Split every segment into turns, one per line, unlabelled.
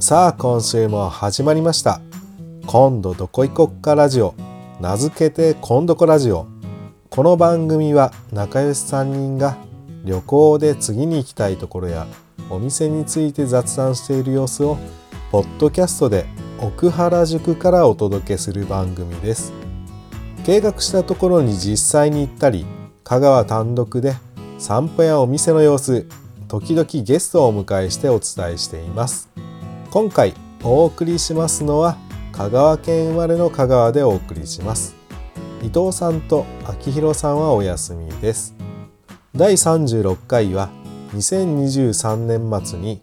さあ今週も始まりました今度どこ行こっかラジオ名付けて今度こラジオこの番組は仲良し3人が旅行で次に行きたいところやお店について雑談している様子をポッドキャストで奥原宿からお届けする番組です計画したところに実際に行ったり香川単独で散歩やお店の様子時々ゲストをお迎えしてお伝えしています今回お送りしますのは香川県生まれの香川でお送りします伊藤さんと秋広さんはお休みです第36回は2023年末に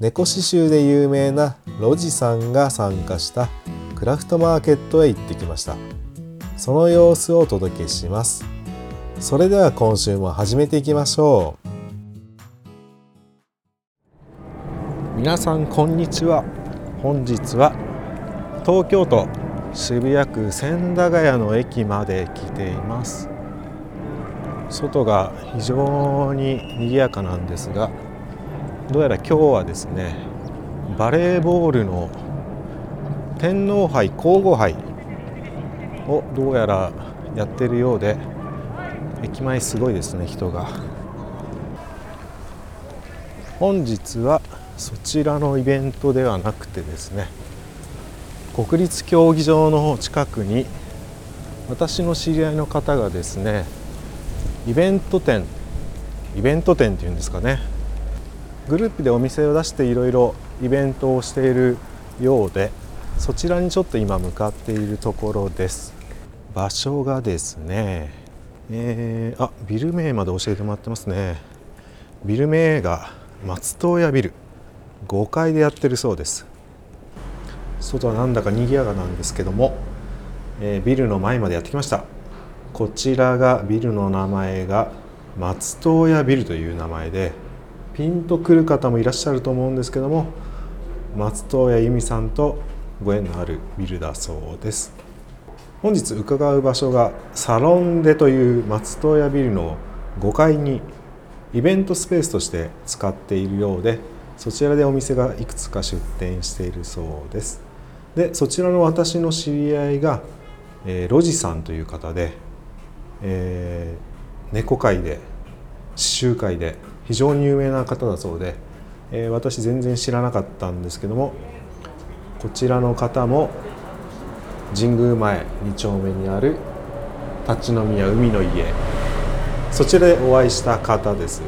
猫刺繍で有名なロジさんが参加したクラフトマーケットへ行ってきましたその様子をお届けしますそれでは今週も始めていきましょう皆さんこんにちは本日は東京都渋谷区千駄ヶ谷の駅まで来ています外が非常に賑やかなんですがどうやら今日はですねバレーボールの天皇杯皇后杯をどうやらやってるようで駅前すごいですね人が本日はそちらのイベントではなくてですね国立競技場の近くに私の知り合いの方がですねイベント店イベント店っていうんですかねグループでお店を出していろいろイベントをしているようでそちらにちょっと今向かっているところです場所がですねえー、あビル名まで教えてもらってますねビル名が松任谷ビル5階でやってるそうです外はなんだか賑やかなんですけども、えービルの前までやってきましたこちらがビルの名前が松任谷ビルという名前でピンとくる方もいらっしゃると思うんですけども松任谷由実さんとご縁のあるビルだそうです本日伺う場所がサロンデという松任谷ビルの5階にイベントスペースとして使っているようでそちらでお店がいくつか出店しているそうですでそちらの私の知り合いが、えーロジさんという方で、えー猫界で刺繍界で非常に有名な方だそうで、えー私全然知らなかったんですけどもこちらの方も神宮前2丁目にある立ち飲み屋海の家そちらでお会いした方です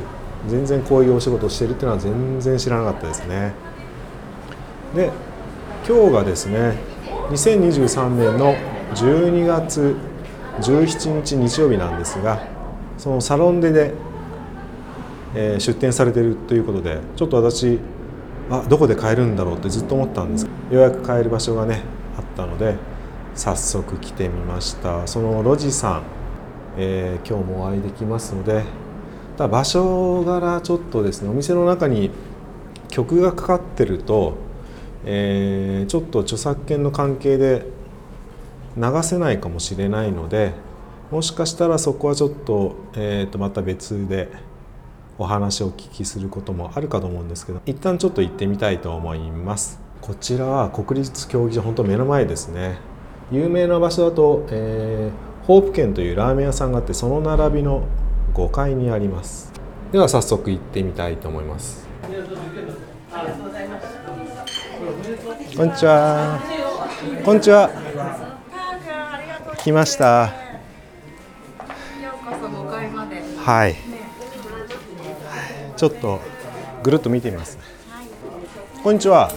全然こういうお仕事をしてるっていうのは全然知らなかったですねで今日がですね2023年の12月17日日曜日なんですがそのサロンデで、えー出店されてるということでちょっと私あどこで買えるんだろうってずっと思ったんですようやく買える場所がねあったので早速来てみましたそのロジさん、えー今日もお会いできますのでただ場所柄ちょっとですねお店の中に曲がかかってると、えーちょっと著作権の関係で流せないかもしれないのでもしかしたらそこはちょっと,、えーとまた別でお話をお聞きすることもあるかと思うんですけど一旦ちょっと行ってみたいと思いますこちらは国立競技場本当目の前ですね有名な場所だと、えーホープ軒というラーメン屋さんがあってその並びの5階にありますでは早速行ってみたいと思いますこんにちはこんにちは
ありがとう
来ました
ようこそ5階まで。
はいちょっとぐるっと見てみますねこんにちは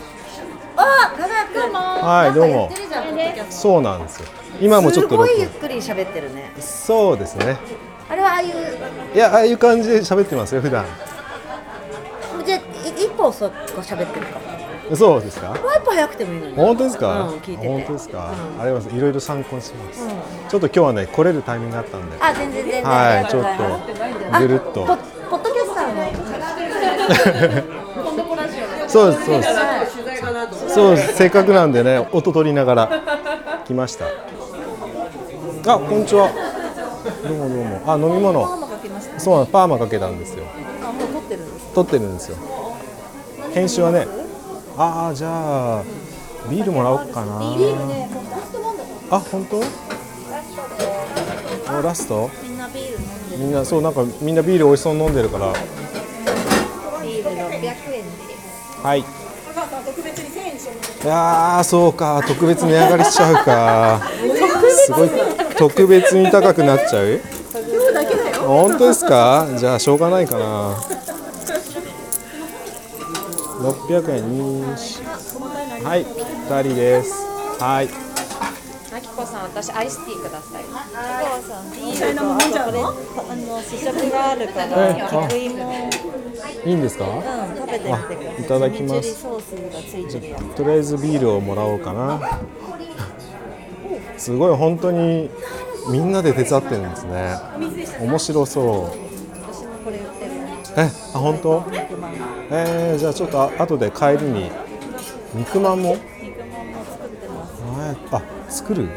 あ、かがどうも。
はいどうも
す
そうなんですよ今もちょっと
ごいゆ
録
っくり喋ってるね。
音そうですね
あれはああいう、
いやああいう感じで喋ってますよ普段
じゃあい一歩そこ喋ってるか。も
そうですか
う一歩早くてもいいのに。
本当ですか、
うん、聞いてて。
本当ですか、
うん
ありますいろいろ参考にします、ちょっと今日はね来れるタイミングがあったんで
あ、全然全然。
は
あ
いち
り
ょ
がうござい
っとぐるっと
ますあポポッドキャスターの。今度こラジオ。
そうですそうです
はい
そうですせっかくなんでね音取りながら来ましたあこんにちはどうもどうもあ飲み
パー
物
マかけました。
そうなんですパーマかけたんですよ
あ、もう撮ってるんです。
撮ってるんですよ編集はねああじゃあビールもらおうかな
ね、もうラストなんだと思
あ本当あラスト
うみんなビール飲んで
みんなそうなんかみんなビール美味しそうに飲んでるから
ビール600円で
はいいやーそうか特別値上がりしちゃうかすごい特別に高くなっちゃう本当ですかじゃあしょうがないかな600円にしはいぴったりですはい
あきこさん、私アイスティーください。
あの試食があるか
え
ら、
あ
クリームを
いいんですか
うん食べてみてください。
いただきます
チリソースがついてるやつ。
とりあえずビールをもらおうかなすごい本当にみんなで手伝ってるんですね面白そう
私もこれ売ってるよ。
えあ本当
肉まん。
えー、じゃあちょっとあ後で帰りに肉まんも
肉まんも作ってます。
あーあ作る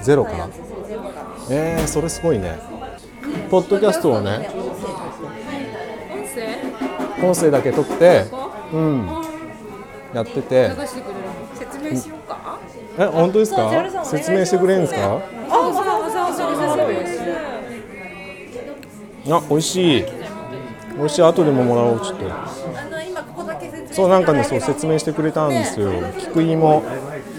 ゼロかな
全部が。
えー、それすごいねポッドキャストをね
音声
音声だけ撮ってうんやってて
流してくれるの説明しようか
え本当ですか説明してくれるんですか
あ、わざわざわざわざ
あ美味しい美味しい後でももらおうちょっとそうなんかねそう説明してくれたんですよ菊芋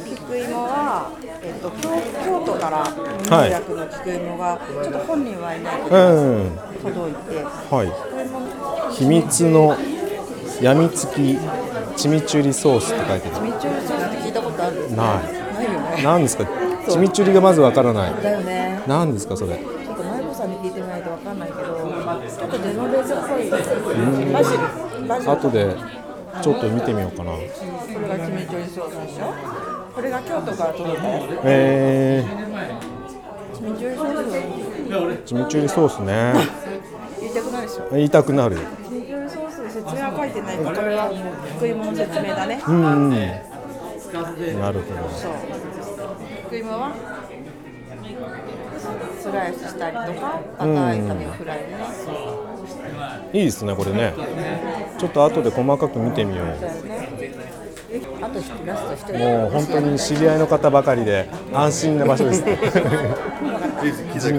菊芋は、えっと、京京都から
はい
農薬の菊芋が、ちょっと本人はいないけ
う
ど
ん
届いて、
はい秘密のやみつきチミチュリソースって書いてあ
みちおりソースって聞いたことある
るない
ないよね。
何ですかチミチュリがまずわからない
だよね。
何ですかそれ
ちょっとマイコさんに聞いてみないとわかんないけど、ちょっとデノベースっぽい。バジル。バジル。
後でちょっと見てみようかな
これがキムチョリソースでしょこれが京都から届いたよ
え
キムチョリソース
ー、チミチュリソースね
言いたくないでしょ
言いたくなる
キムチョリソースの説明は書いてないからこれはもう福芋の説明だね
うんうんなるほど
そう福芋はスライスしたりとかバター炒めフライね
いいですねこれねちょっと後で細かく見てみよう
だよねあとひラスト一人
もう本当に知り合いの方ばかりで安心な場所です
膝かっこいいですよ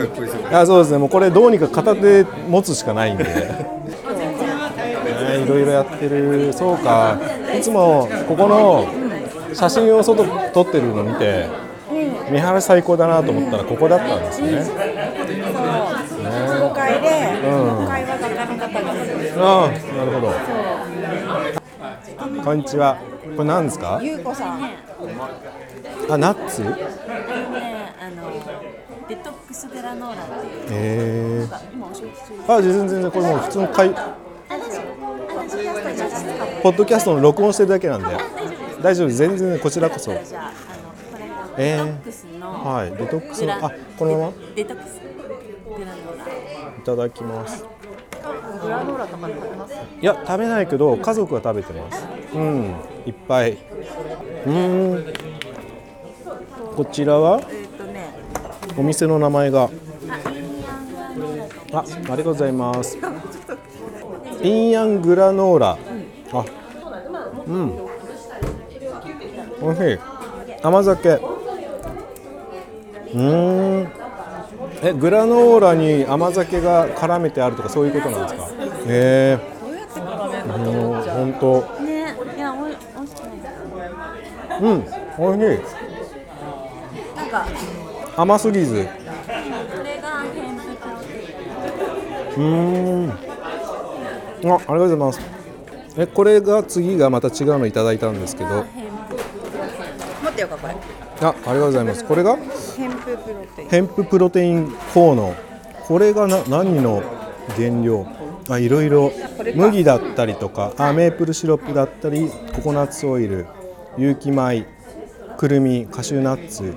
ね。
あそうですねもうこれどうにか片手持つしかないんで、ね、いろいろやってるそうかいつもここの写真を外撮ってるの見て見晴らし最高だなと思ったらここだったんですね
5階で5階は画家の方が
ああなるほどこんにちはこれ何ですか
ゆうこさんね
あナッツ
あのデトックスグラノーラっていう
えー、あ全然全然これもう普通の会ポッドキャストの録音してるだけなんで大丈夫です全然こちらこそえー、はいデトックスのあこのまま
デトックスグラノーラ
いただきます
グラノーラとか食べます
いや食べないけど家族は食べてますうんいっぱいうーんこちらは
えっとね
お店の名前があありがとうございますインヤングラノーラあうんおいしい甘酒うーんえグラノーラに甘酒が絡めてあるとかそういうことなんですかへえもう本当
ねいやおいおいしくない
うんおいしい
なんか
甘すぎず
これが変な感じ
うーん。あ、ありがとうございます。え、これが次がまた違うのいただいたんですけど。
待ってよかこれ
あ、ありがとうございます。これが
天風プロテイン
ヘンププロテインコーノ。これがな何の原料？あ、いろいろ麦だったりとか、あ、メープルシロップだったり、ココナッツオイル、有機米、くるみ、カシューナッツ、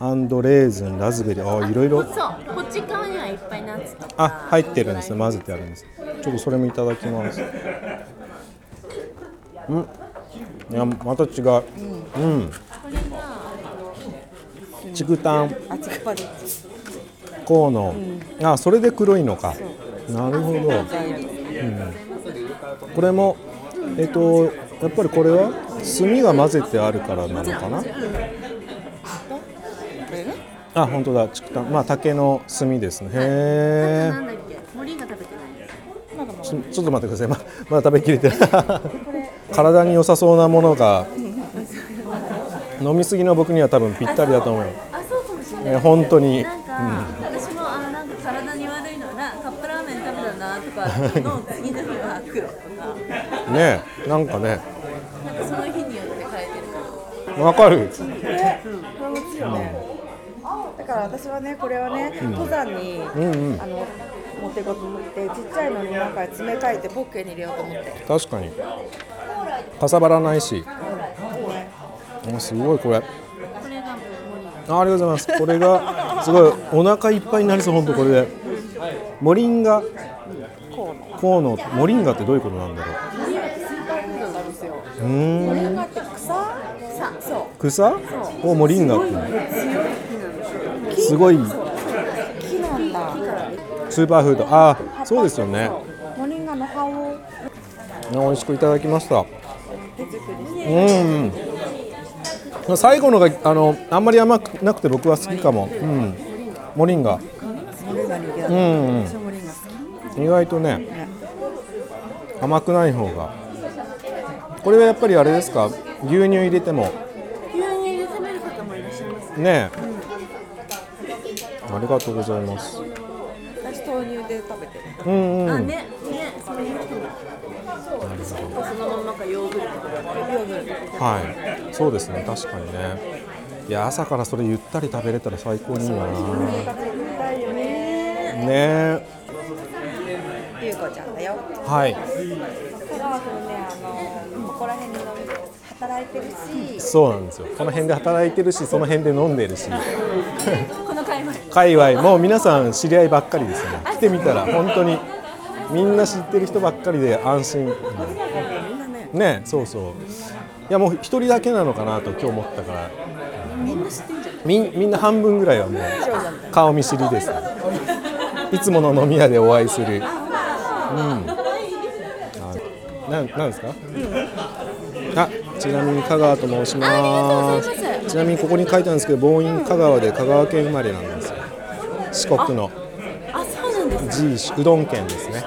アンドレーズン、ラズベリー、あ、いろいろ
そうこっち側にはいっぱいナッツとか
あ、入ってるんですね。混ぜてあるんです。ちょっとそれもいただきます。うん。いや、また違う。うん。竹炭、
あちくぱり
河野。あ、それで黒いのか。なるほど。これも、えっと、やっぱりこれは炭が混ぜてあるからなのかなあ本当だ竹炭まあ竹の炭ですねへ
なんだっけ森が食べてないです
えちょちょっと待ってくださいままだ食べきれてない体に良さそうなものが飲みすぎの僕には多分ぴったりだと思う
あそうかもしれない
ね本当に
なんか、私もあなんか体に悪いのはなカップラーメン食べたなとかの次の日は黒とか
ねえなんかね
なんかその日によって変えてるから
わかる
これ落ちよね。だから私はねこれはね登山に、
んうん
あの持っていこうと思ってちっちゃいのになんか詰め替えてポッケに入れようと思って。
確かにかさばらないしおすごいこれ
これが森が
あありがとうございます。これがすごいお腹いっぱいになりそう本当これで。モリンガコーノモリンガってどういうことなんだろう。うーん。草をモリンガっていうのすごい
木なんだ。
スーパーフードああそうですよね
モリンガの葉を
美味しくいただきましたうんうん最後のがあのあんまり甘くなくて僕は好きかも、うん、モリンガ
モリンガに入
う
れよ
ん、うん
う。私モリンガ好き。
意外とね甘くない方がこれはやっぱりあれですか牛乳入れても
牛乳で食べる方もいらっしゃいます
ねえありがとうございます
私豆乳で食べてる。
うんうん
あねねそういう人もそのまんまかヨーグルト
はいそうですね確かにねいや朝からそれゆったり食べれたら最高にいいなねえ
ゆうこちゃんだよ。
はい
香川君ねあのここら辺に飲み働いてるし。
そうなんですよこの辺で働いてるしその辺で飲んでるし
この界隈
界隈もう皆さん知り合いばっかりですね来てみたら本当にみんな知ってる人ばっかりで安心ねそうそういやもう一人だけなのかなと今日思ったからみんな知ってんじゃんみんな半分ぐらいはもう顔見知りですいつもの飲み屋でお会いするうんはいなんなんですか、あちなみに香川と申しますちなみにここに書いてあるんですけど暴飲香川で香川県生まれなんですよ四国の
あそうなんです
じいしうどん県ですね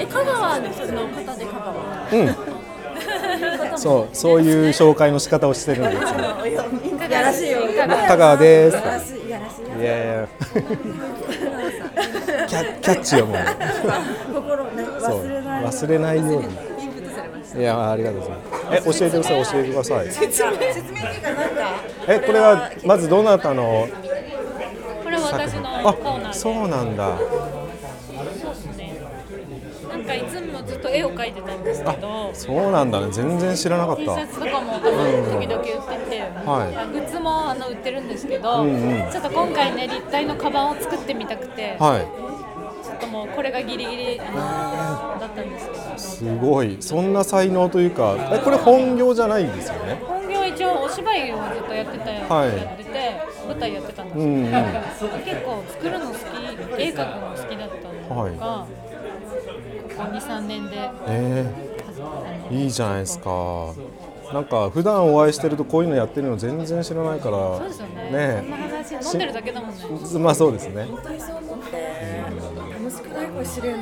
え香川の人の方で香川
そうそういう紹介の仕方をしてるんですよ
いやらしいよ。
香川です
いやらしい。いやらしい。
いやいやキャキャッチよもう
心をね
そう
忘れない。
忘れないようにいやありがとうございますえ教えてください教えてください
説明説明っていうかなんか。
えこれはまずどなたの
これ私のコーナ
あ
ー
そうなんだ
でなんかいつもずっと絵を描いてたんですけど
そうなんだね全然知らなかっ
T シャ
た
ツとかも時々売ってて、
はい
グッズもあの売ってるんですけど、
んうん
ちょっと今回ね立体のカバンを作ってみたくて、
はい
ちょっともうこれがギリギリあのだったんですけど
すごいそんな才能というかえこれ本業じゃないんですよね
本業一応お芝居をずっとやってたよ、
はい
やってて舞台やってたんですけ
う
ど、
んうん
結構作るの好き絵描くのも好きだったのが、
は
ここ23年で
えー、いいじゃないですか。なんか普段お会いしてるとこういうのやってるの全然知らないから。
そうですよねそんな
ね
話飲んでるだけだもんね
え。まあそうですね。
本当にそう思って。楽しくないかもしれんの。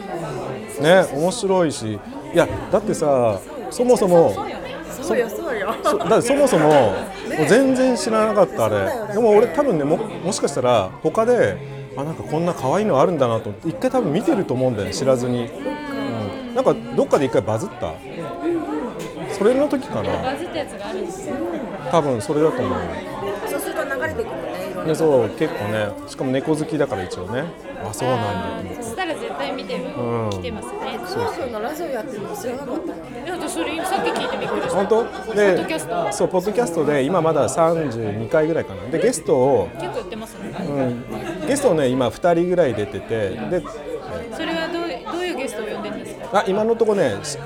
ね面白いし、いやだってさそもそも
そうよそうよ。
そだってそもそももう全然知らなかったあれ。でも俺多分ねももしかしたら他であなんかこんな可愛いのあるんだなと思って一回多分見てると思うんだよね知らずに。うん、なんかどっかで一回バズった。それの時かな
バズったやつがあるんですよ
多分それだと思う。
そうすると流れてくるね。いろん
ね、
な
そう結構ねしかも猫好きだから一応ねあそうなんだ
そしたら絶対見てる、
うん
来てますね
そうそうのラジオやってるの知らなかったよ。
いや私それさっき聞いてびっくりした
本
結
当で
ポッドキャスト
そうポッドキャストで今まだ32回ぐらいかなでゲストを、
構言ってますね
うん、ゲストをね今2人ぐらい出ててで
それはどうどういうゲストを呼んでるんですか
あ今のとこねし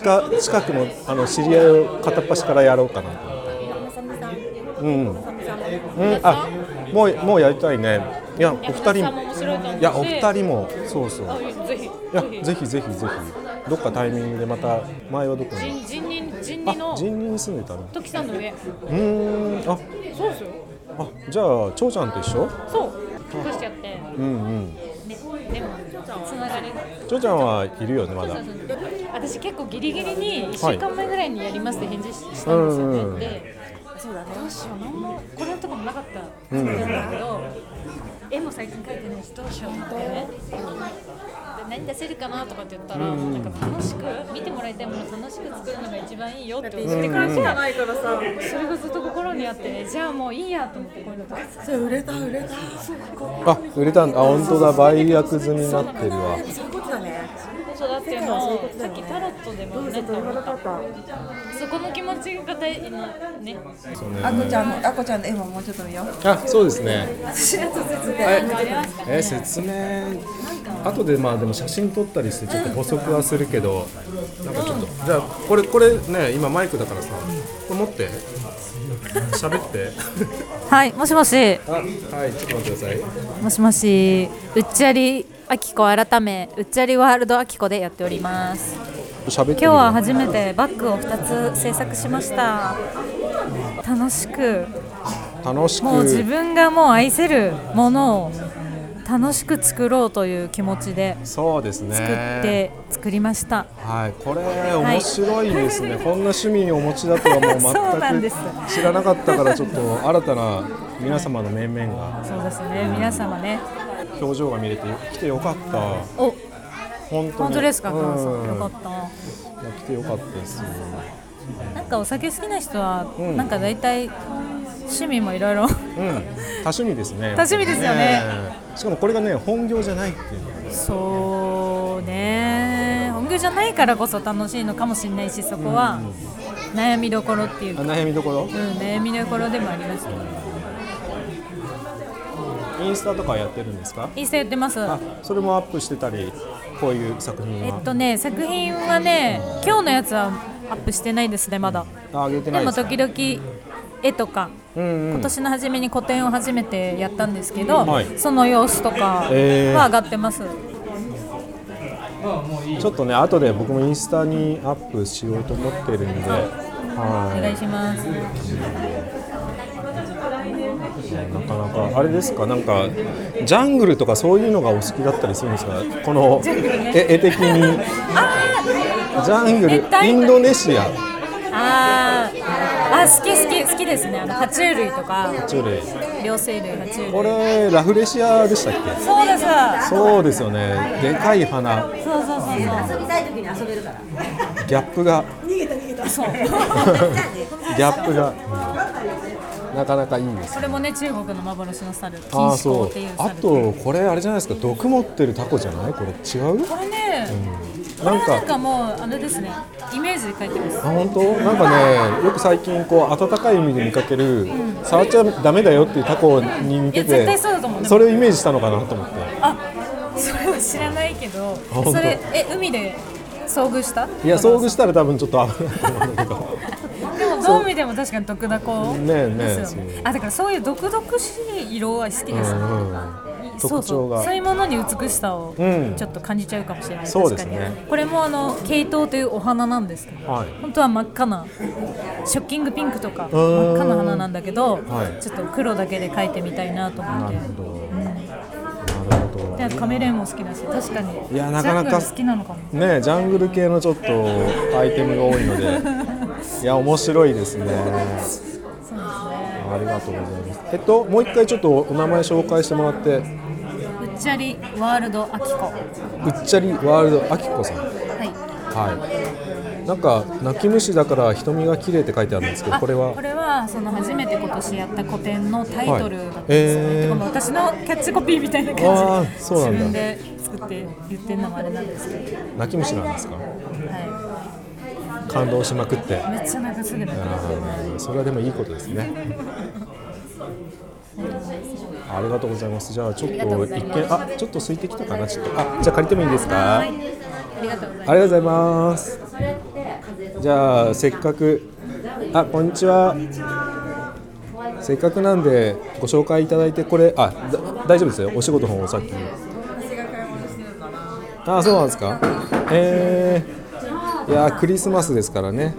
近近くのあの知り合いを片っ端からやろうかなと思ってうん、うん、あもうもうやりたいねいやお二人
いや皆さんも面白いと思うし
いやお二人もそうそう
あぜひ
いやぜひぜひぜひどっかタイミングでまた前はどこに
人人人
人
人
里の
あ人に住んでたの
時さんの上
うーんあ
そうですよ
あじゃあ長ちゃんと一緒
そう引っ越しちゃって
うんうん
でもつながり
長ちゃんはいるよねまだ
私結構ギリギリに1週間前ぐらいにやりますって返事ししたんですよね、
うんうん
でそうだねどうしよう何もこれのとこもなかった作ってたんだけど、絵も最近描いてないしどうしようと思ってねで何出せるかなとかって言ったら、なんか楽しく見てもらいたいものを楽しく作るのが一番いいよって言ってからじゃないからさ、それがずっと心にあってねじゃあもういいやと思ってこういうのとか
それ売れた売れたそう
あ売れたんだあ本当だ売約済みになってるわ
いうことだね
そうだっていうのをさっきタロットでもね
そう言わなかった
そこの気持ちが大事なね
そうね
あこちゃんのあこちゃんの絵ももうちょっと見よう
あそうですね
私のと説明
えー説明後でまあでも写真撮ったりしてちょっと補足はするけどなんかちょっとじゃあこれこれね今マイクだからさこれ持って喋って
はい、もしもし、
あはいちょっと待ってください
もしもし、うっちゃりあきこ改め、うっちゃりワールドあきこでやっております。
喋って
今日は初めてバッグを2つ制作しました。楽しく、
楽しく
もう自分がもう愛せるものを楽しく作ろうという気持ちで
そうですね
作って作りました。
はい、これ面白いですね、こんな趣味をお持ちだとはも
そうなん
う
で
全
す
く知らなかったからちょっと新たな皆様の面々が
そうですね、皆様ね。
表情が見れて来てよかった
お、
本当に
本当ですか、
う
カナさん。
ん
よかった。
いや来てよかったですよ
なんかお酒好きな人は、
うん
なんか大体趣味もいろいろ
うん、多趣味ですね。
多趣味ですよね
え。しかもこれがね、本業じゃないっていうのがね
そうね本業じゃないからこそ楽しいのかもしれないしそこは悩みどころっていう
あ
か、
悩みどころ
うん、。悩みどころでもありますけど
インスタとかやってるんですか。
インスタやってます
あ、それもアップしてたり、こういう作品
え
は
っ。とね作品はね今日のやつはアップしてないですねまだ
あ、上げて
で
ないで
も
すか。
時々絵とか
うんうん。
今年の初めに個展を初めてやったんですけど、
はい
その様子とかは
え
上
ー
がってます、
ちょっとね、後で僕もインスタにアップしようと思ってるんで。
お願
はい
します
い、なかなか、あれですか、なんか。ジャングルとか、そういうのがお好きだったりするんですか。この、え絵的に。ジャングル
熱帯、
インドネシア。
あーあ好き好き好きですねあの爬虫類とか
チュレ
両生類爬虫類
これラフレシアでしたっけ
そうです
そうですよねでかい花
そうそうそうそう
びたい時に遊べるから。
ギャップが ギャップが、うんなかなかいいです
これもね中国の幻の猿金
あー
糸
そ
っ
う
ていう
あ
猿
とこれあれじゃないですか毒持ってるタコじゃないこれ違う
これね、こ
な
れ
ん
は
か
なんかもうあれですねイメージで描いてます
あ本当なんかねよく最近こう暖かい海で見かける触っちゃダメだよっていうタコに似て
いや絶
て
対そうだと思う
それをイメージしたのかなと思って
あそれは知らないけど
本当
それえ海で遭遇した
いや遭遇したら多分ちょっと危ないと思うんだけど
でもどう見ても確かに毒ダコ
ねえねえ
ですよね
そう
あだからそういう毒々しい色は好きです、
うんうん
そう
特
そ
徴
う
が
そういうものに美しさを
うん
ちょっと感じちゃうかもしれない、
そうで
確
す
か
ね
にこれもあのケイトウというお花なんですけど、
はい
本当は真っ赤なショッキングピンクとか
ーん
真っ赤な花なんだけど、
はい
ちょっと黒だけで描いてみたいなと思っ
な
て
るほどなるほど
でカメレオンも好きだし確かに
いやなかなか
ジャングル好きなのかも
ねジャングル系のちょっとアイテムが多いので いや面白いですね
そうですね
ありがとうございますえっともう一回ちょっとお名前紹介してもらってうっ
うっちゃりワールドアキコ
ちゃりワールドあきこさん
はい
はいなんか泣き虫だから瞳が綺麗って書いてあるんですけど
あ
これは
これはその初めて今年やった個展のタイトルだったんですよね、
はいえー
てかまあ私のキャッチコピーみたいな
あ
感
ー
じ
そうなんだ
自分で作って言ってるのもあれなんですけど、
泣き虫なんですか
は
感動しまくって
い、めっちゃなんかすぐ泣きますよね
あーそれはでもいいことですね。ありがとうございます。じゃあちょっと一見あちょっと空いてきたかなちょっとあじゃあ借りてもいいですか。ありがとうございます。じゃあせっかくあこんにちは。せっかくなんでご紹介いただいてこれあだ大丈夫ですよお仕事の方をさっき。あそうなんですか。えー、いやークリスマスですからね。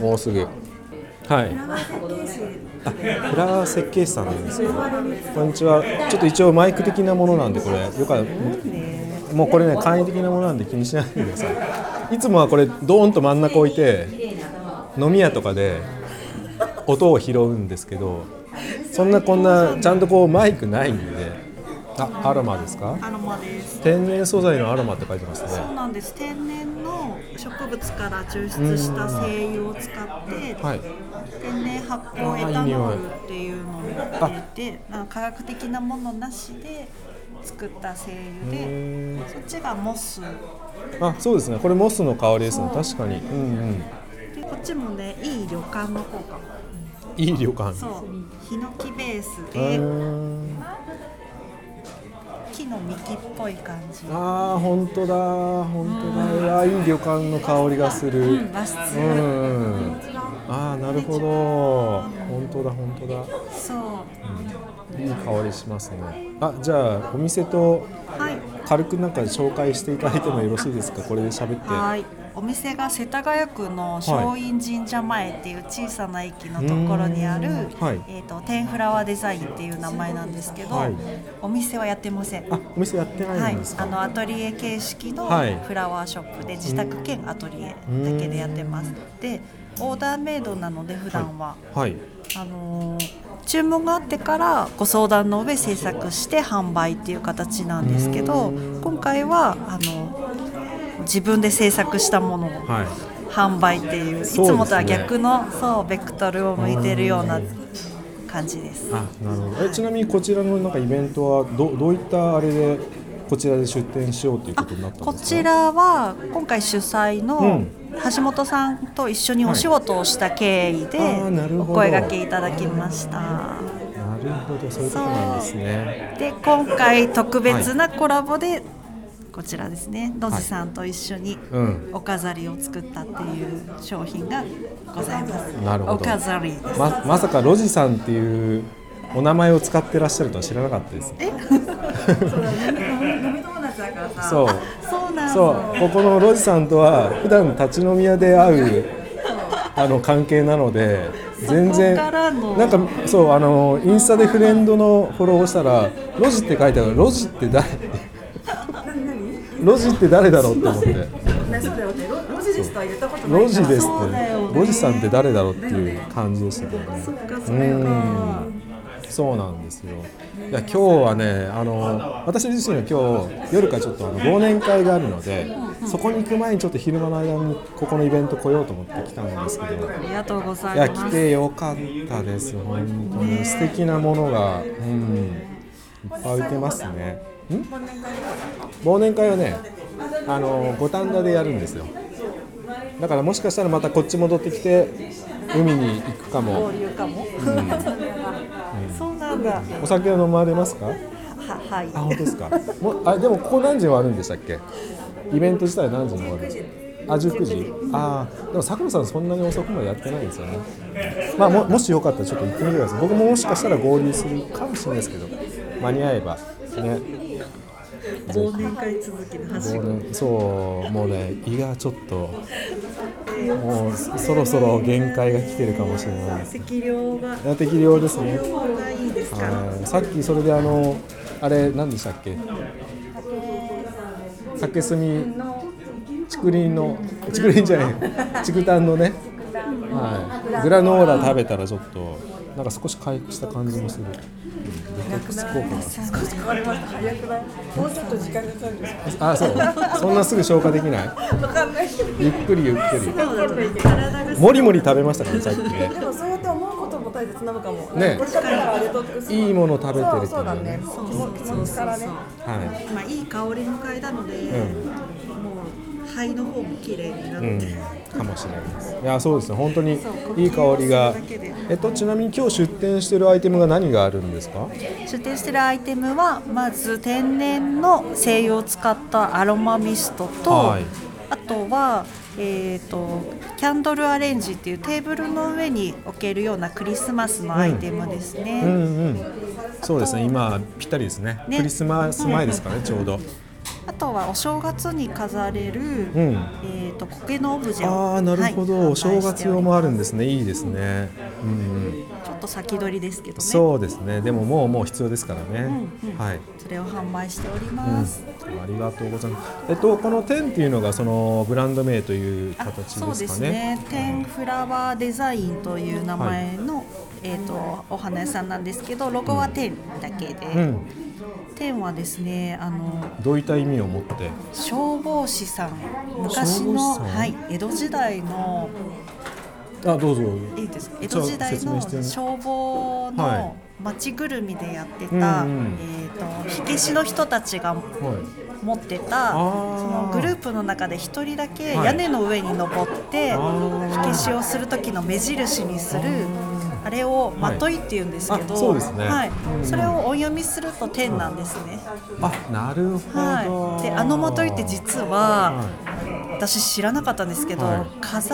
もうすぐはいあフラワー設計士さんなんですけどこんにちはちょっと一応マイク的なものなんでこれよかったもうこれね簡易的なものなんで気にしないでくださいいつもはこれドーンと真ん中置いて飲み屋とかで音を拾うんですけどそんなこんなちゃんとこうマイクないんであアロマですか
アロマです。
天然素材のアロマって書いてます
そう
ね
なんです。天然の植物から抽出した精油を使って、
はい
天然発酵エタノールっていうのを入れて、なんか科学的なものなしで作った精油で、そっちがモス。
あそうですねこれモスの香りですね確かにうんうん
でこっちもね、いい旅館の効果も。
いい旅館
そう、ヒノキベース
う
で
ーん
木の幹っぽい感じ。
あー本当だ本当だうわいい旅館の香りがするうん
和室。
あーなるほど本当だ本当だ
そう。
いい香りしますねあじゃあお店と
はい。
軽くなんか紹介していただいてもよろしいですかこれで喋って
はい、お店が世田谷区の松陰神社前っていう小さな駅のところにある、
はい
えー、とテンフラワーデザインっていう名前なんですけど、
はい
お店はやってません。
あお店やって
は
ない
い
んです、か、
あのアトリエ形式の
はい
フラワーショップで自宅兼アトリエだけでやってます。でオーダーメイドなので普段は、
はい
あのー注文があってからご相談の上制作して販売っていう形なんですけど今回はあの自分で制作したものを
はい
販売っていう、いつ
そうですね
もとは逆のそうベクトルを向いてるような感じです。
あなるほどえちなみにこちらのなんかイベントはどどういったあれでこちらで出店しようということになったんですか
こちらは今回主催
う
の
ん
橋本さんと一緒にお仕事をした経緯で
はいあーなるほど
お声がけいただきました。
なるほどそういうことなんですね
で今回特別なコラボで、こちらですね野地さんと一緒に
うん
お飾りを作ったっていう商品がございます、
なるほど
お飾りです、
ままさかロジさんっていうお名前を使ってらっしゃるとは知らなかったです え
飲み友達だからさ
そう
そうなん
そう
だ
ここのロジさんとは普段立ち飲み屋で会うあの関係なので全然
そこからの
なんかそうあのインスタでフレンドのフォローをしたら「ロジ」って書いてある「ロジって 誰?」ロジって誰だろうって思って
ねそうだよねロロジですとは言ったこ
「
とない
ロジです」
そう
っ
だよね
て「ロジさんって誰だろう?」っていう感じでしたね。
そっかそれが
そうなんですよ。いや今日はね、あの私自身は今日夜からちょっとあの忘年会があるので、そこに行く前にちょっと昼間の間にここのイベント来ようと思って来たんですけど、
ありがとうござ
いや
いま
来
す
てよかったです。本当に素敵なものが、うん、いっぱい置いてますね。ん忘年会はね、あの五反田でやるんですよ。だからもしかしたらまたこっち戻ってきて海に行くかも。
交流かも、 そうなんだは
お酒は飲まれますか？
はい
あ本当ですか。もうあでもここ何時に終わるんでしたっけ？イベント自体何時に終わるんですか？あ19時。ああでも佐久間さんそんなに遅くまでやってないんですよね。まあももしよかったらちょっと行ってみてください。僕ももしかしたら合流するかもしれないですけど間に合えばね。
忘年会続きのはし
もうねそうもうね胃がちょっともうそろそろ限界が来てるかもしれないです。
適量が
いや適量ですね。
適量がいいですから
はいさっきそれであのあれ何でしたっけ竹炭竹林の竹林じゃない竹炭のね、はい、グラノーラ食べたらちょっとなんか少し回復した感じもするデトックス効果
もうちょっと時間がかかるんですか
があそうそんなすぐ消化できない
わかんないけど
ゆっくりゆっくり
体が
もりもり食べましたからさっきね
でもそうやって思うことも大切なのかも
ね
これからデトックス
いいもの食べてるってい
そう
の
う
は
だ
ね
ね気持ちからね
はい
まあいい香りの嗅いだので、
ん
もう肺の方も綺麗になって、
うん、かもしれないです。いや、そうですね。本当にいい香りが
そう呼吸をするだけで。
えっと、ちなみに今日出店してるアイテムが何があるんですか。
出店してるアイテムはまず天然の精油を使ったアロマミストと、
はい
あとは、えー、とキャンドルアレンジっていうテーブルの上に置けるようなクリスマスのアイテムですね。
うんうん。そうですね。今ぴったりですね。
ね
クリスマス前ですかね、ちょうど。
あとはお正月に飾れる、
うん
えー、と苔のオブジェを
ああなるほど、
はい
お正
販売して
月
お
用
り
も
ま
あるんですねいいですね、うんうん、
すちょっと先取りですけどね
そうですねでももうもう必要ですからね、
うんうん
はい、
それを販売しており
うん、
ます、
ありがとうございますえっとこの「天」っていうのがそのブランド名という
あ
形ですか
そうです
ね
ね。テンフラワーデザインという名前の、えっ、とお花屋さんなんですけど、ロゴはテンだけで、
うん
テンはですね、あの
どういった意味を持って
消防士さん、昔
消防
の
士さん
はい江戸時代の
あどうぞ
いいですか江戸時代
説明
の
して
消防
はい
の町ぐるみでやってた、
うんうん
えっ、と火消しの人たちが
はい
持ってたそ
ー
のグループの中で一人だけ
はい
屋根の上に登って
あ
火
ー
消しをする時の目印にするあれをまといって言うんですけど、
あそうですね
はい
うん
それを音読みすると天なんですね。
あなるほど、
はい、であのまといって実は私知らなかったんですけど、
はい
風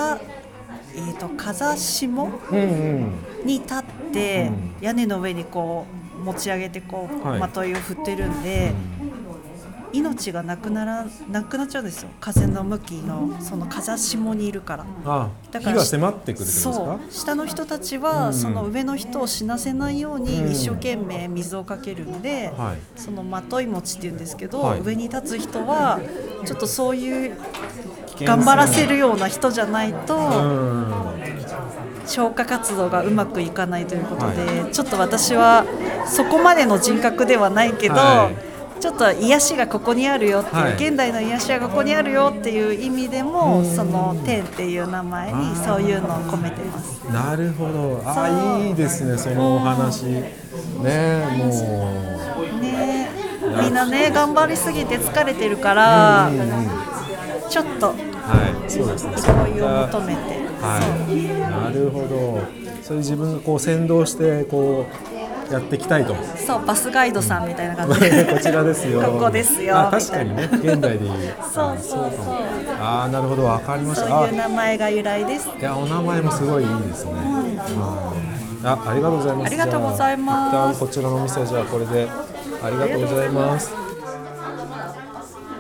えー、と風下
うんうん
に立って屋根の上にこう持ち上げてこう、
はい
まといを振ってるんで命がなくならなくなっちゃうんですよ風の向きのその風下にいるから。
あ
だから
火が迫ってくるってことです
そ
か
う下の人たちは、
うん
その上の人を死なせないよう
うん
に一生懸命水をかけるんで、
はい
そのまとい餅っていうんですけど、
はい
上に立つ人はちょっとそういう
険
頑張らせるような人じゃないと、
うん
消火活動がうまくいかないということで、ちょっと私はそこまでの人格ではないけど、
は
ちょっと癒しがここにあるよっていう、
はい
現代の癒しがここにあるよっていう意味でもその「天」っていう名前にそういうのを込めてます。
なるほどあ
そう
いいですねそのお話ねもう
ねみんなね頑張りすぎて疲れてるから、
うんうん
ちょっと
はいそうですね
そういうを求めて、
はい、なるほど。そういう自分がこう先導してこうやっていきたいと。 こ
そうバスガイドさんみたいな感じで
ちらですよ。
ここですよ
あ確かにね、現代でいう。
そうそうそう
ああ、なるほど、わかりまし
そう
た。あ
いう名前が由来です
いや、お名前もすごいいいですね。はいあ、ありがとうございます。
ありがとうございます
じゃあ一旦こちらのお店はじゃあこれでありがとうございます。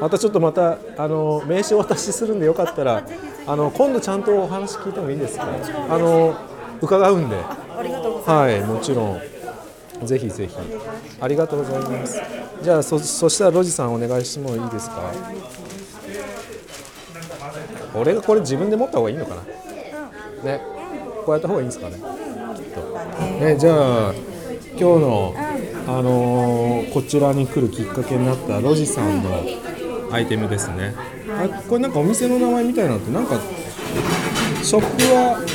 またちょっとまたあの名刺お渡しするんでよかったらあの今度ちゃんとお話聞いてもいいですか。あの伺うんで。
ありがとうござい
はい、
ます
もちろん。ぜひぜひ。ありがとうございます。じゃあ、そ、そしたらロジさんお願いしてもいいですか。俺がこれ自分で持った方がいいのかな。ね、こうやった方がいいんですかね。きっと。ね、じゃあ、今日の、あのーこちらに来るきっかけになったロジさんの。アイテムですね。あ、これなんかお店の名前みたいなのって、なんか。ショップは。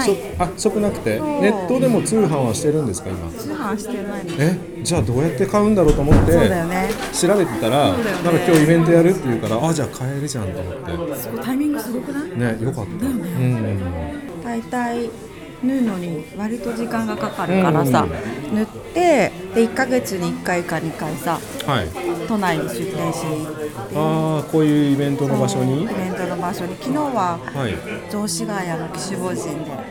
ショップあ、ショップなくて、ネットでも通販はしてるんですか、今。
通販してないの
え、じゃあ、どうやって買うんだろうと思って。
そうだよね
調べてたら、
そうだよ
なん
ね
か今日イベントやるっていうから、あ、じゃあ買えるじゃんと思って。
すごいタイミングすごくない
ね、よかった。うん。
大体縫うのに割と時間がかかるからさ、縫ってで1ヶ月に1回か2回さ
はい。
都内に出店しに行って
ああ、こういうイベントの場所に
イ。ベントの場所に昨日は
はい。
雑司ヶ谷の岸坊人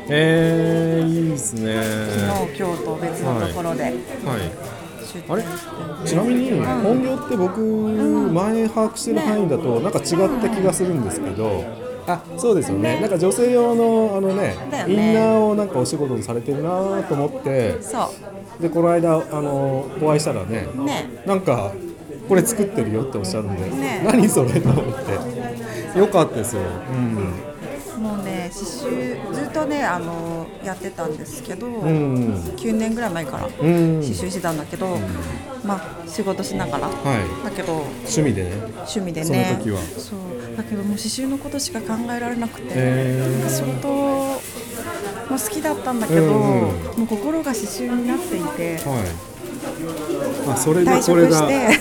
で
えー、いいですね。
昨日今日と別のところで
はい。
出
あれ
店して、
ちなみに本業って僕前把握してる範囲だとなんか違った気がするんですけどあそうですよねなんか女性用のあのね
だよ
イ
ね
ンナーをなんかお仕事にされてるなと思って
そ
でこの間あのお会いしたらね
うね
なんかこれ作ってるよっておっしゃるんで
ね
何それと思ってよかったですようん
もうね刺繍ずっとねあのやってたんですけど、
ん
9年ぐらい前から
う
刺
んはい
繍してたんだけど、まあ仕事しながらだけど
趣味でね
趣味で
その
ね
時は
そうだけどもう刺繍のことしか考えられなくて、
へー
なんか仕事も好きだったんだけど、
うんうん
もう心が刺繍になっていて、
はいあそれで
退
これ
職
が
し
あ
て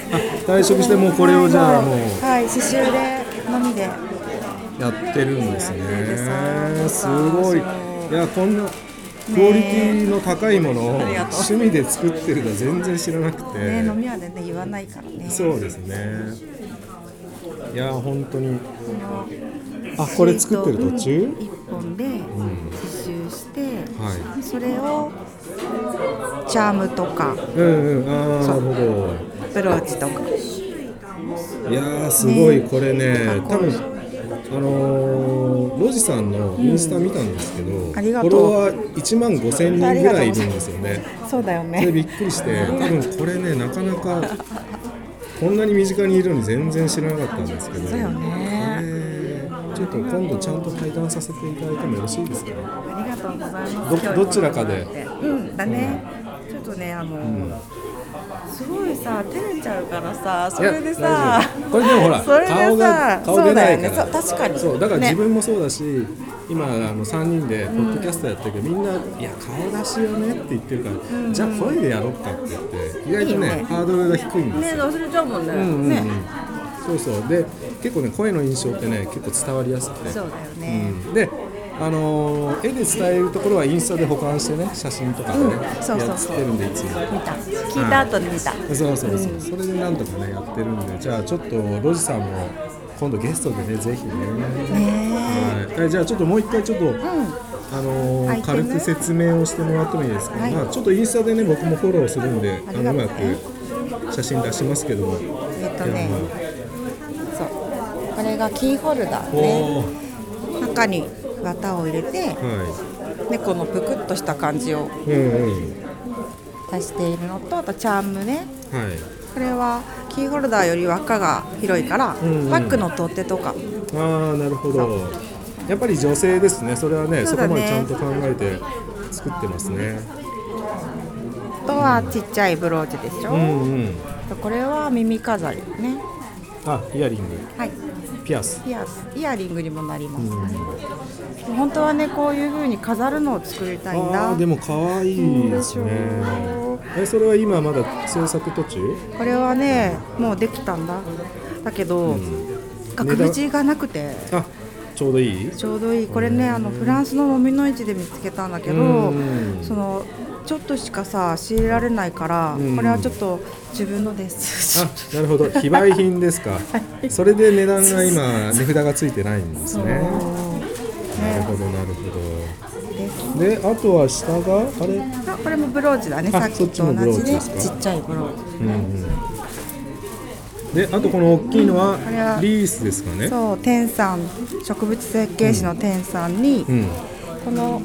退職してもうこれをじゃあもう
はい刺繍でのみで
やってるんですね。
ね
すごい。いやこんなクオリティの高いものを
ありがとう
趣味で作ってるのは全然知らなく
ね飲
て。
み屋でね言わないからね
そうですね。いや本当に。あこれ作ってる途中？
一本で刺繍して、
は
それをチャームとか
うんうんああなるほど。
ブローチとか
いやーすごいこれね多分あのーロジさんのインスタ見たんですけど、フ
ありがと
ォ
う
ロワー1万5千人ぐらいいるんですよ ね
そうだよ
それ
ね
びっくりして多分これねなかなかこんなに身近にいるのに全然知らなかったんですけど
だよね
これちょっと今度ちゃんと対談させていただいてもよろしいですかね
ありがとうございます
どどちらかで
うんだねちょっとねあの、すごいさ照れちゃうからさそれで
いや
さ
大丈夫これでもほら
それでさ
顔が顔出ないか
そうだよ
ら
ねそう確かに
そうだから
ね
自分もそうだし、今あの3人でポッドキャストやってるけど、みんないや顔出しよねって言ってるから、じゃあ声でやろうかって言って意外とね
いいよね
ハードルが低いんですよ、
ね忘れちゃうもんね、
うんうんうん
ね
そうそうで結構ね声の印象ってね結構伝わりやすくて
そうだよね、
うんであのー絵で伝えるところはインスタで保管してね写真とかでね、
そうそう
やってるんでいつも
見た聞いた後に見た、
そうそうそう、それでなんとかねやってるんでじゃあちょっとロジさんも今度ゲストでねぜひねはいはい、じゃあちょっともう一回ちょっと、あのー
アイテ
軽
ム
く説明をしてもらってもいいですか、まあ、ちょっとインスタでね僕もフォローするんであ
り
の
が
う
とう
まく写真出しますけども、
えっと
いや
ね
まあ
そうこれがキーホルダー
お
ね
ー
中に綿を入れて
は
猫のぷくっとした感じを
いうんうん
出しているのとあとチャームね
はい
これはキーホルダーより輪っかが広いから、
んうん
バッグの取っ手とか
ああなるほどやっぱり女性ですねそれはね
そ
そう
だね
こまでちゃんと考えて作ってますね
あとはちっちゃいブローチでしょ、
うんうん
これは耳飾りね
あイヤリング
はい
ピアス
ピアスイヤリングにもなります、本当はねこういう風に飾るのを作りたいん
あ
だ
ーでも可愛いですねえそれは今まだ制作途中
これはねもうできたんだだけど、額縁がなくて
あちょうどいい
ちょうどいいこれねあのフランスの飲みの市で見つけたんだけど
うん
そのちょっとしかさ仕入れられないから
ん
これはちょっと自分のです
あなるほど非売品ですか、それで値段が今値札がついてないんですねなるほどなるほどであとは下があれ
あこれもブローチだね
あ
さっき
そっちも
と同じね
ブローチです
ち
か
っちゃいブローチ
うんうんであとこの大きいのは
これは
リースですかね
そう天さん植物設計士の天さんに、
うん
この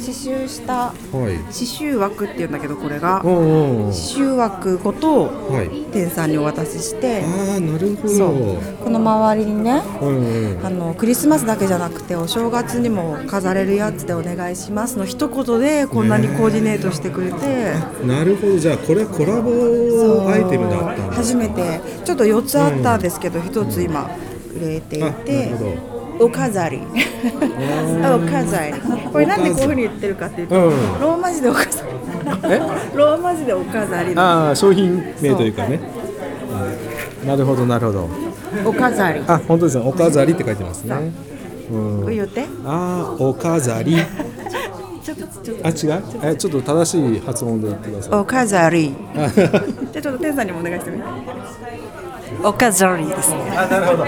刺繍した
はい
刺繍枠っていうんだけどこれが
おうおうおう
刺繍枠ごと
はい
天さんにお渡しして
ああなるほど
そうこの周りにね
うんうん
あのクリスマスだけじゃなくてお正月にも飾れるやつでお願いしますの一言でこんなにコーディネートしてくれて、
なるほどじゃあこれはコラボアイテムだったんです
初めてちょっと4つあったんですけど一、つ今売れていて
あなるほ
お飾りあお飾りこれなんでこういうふうに言ってるかっていうと、
うん
ローマ字でお飾りローマ字でお飾り
ああ商品名というかねうんなるほどなるほど
お飾り
あ本当ですねお飾りって書いてますねうん
言うて
ああお飾りあ違うえちょっと正しい発音で言ってください
お飾 り
あ
じゃあちょっと天さんにもお願いしてみて
おかずりですね
あ、なるほど。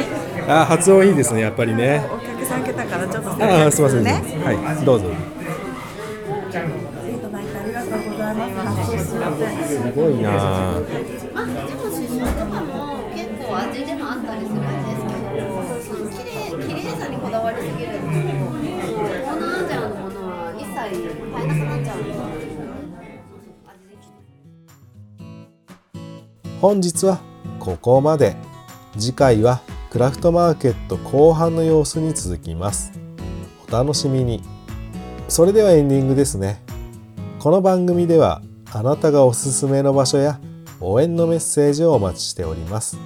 あ、発音いいですね、やっぱりね。
お客さん来たからちょっと
あ、すみません。
ね
はい、どうぞ。すごいな。
まあ、でも刺繍とかも結構味でもあったりするんですけど、その綺麗綺麗さにこだわりすぎるんですけど、東南アジアのものは一切買えなくなっちゃうので、味できない。
本日はここまで次回はクラフトマーケット後半の様子に続きますお楽しみにそれではエンディングですねこの番組ではあなたがおすすめの場所や応援のメッセージをお待ちしております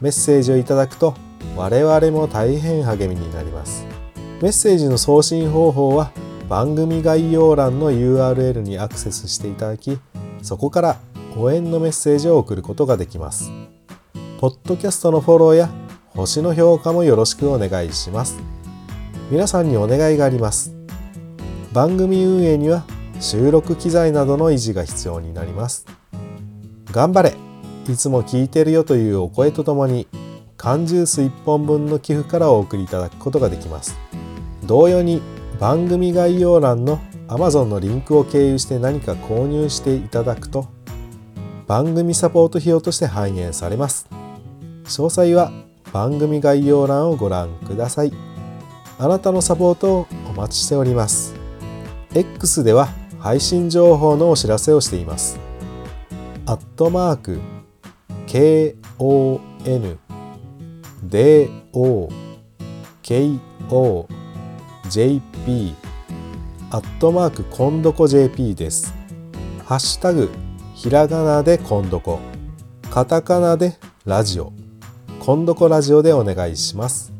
メッセージをいただくと我々も大変励みになりますメッセージの送信方法は番組概要欄の URL にアクセスしていただきそこから応援のメッセージを送ることができます。ポッドキャストのフォローや星の評価もよろしくお願いします。皆さんにお願いがあります。番組運営には収録機材などの維持が必要になります。頑張れいつも聞いてるよというお声とともに缶ジュース1本分の寄付からお送りいただくことができます。同様に番組概要欄の Amazon のリンクを経由して何か購入していただくと番組サポート費用として反映されます詳細は番組概要欄をご覧くださいあなたのサポートをお待ちしております X では配信情報のお知らせをしていますアットマーク KON DO KO JP アットマークコンドコ JP ですハッシュタグひらがなでコンドコカタカナでラジオコンドコラジオでお願いします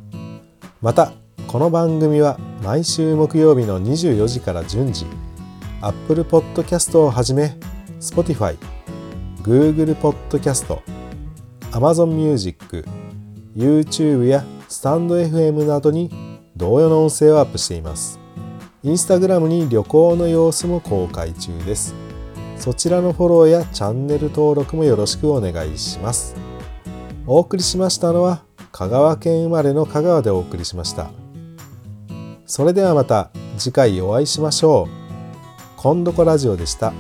またこの番組は毎週木曜日の24時から順次 Apple Podcast をはじめ Spotify、Google Podcast、Amazon Music、YouTube やスタンド FM などに同様の音声をアップしています。Instagram に旅行の様子も公開中です。そちらのフォローやチャンネル登録もよろしくお願いします。お送りしましたのは香川県生まれの香川でお送りしました。それではまた次回お会いしましょう。今度こラジオでした。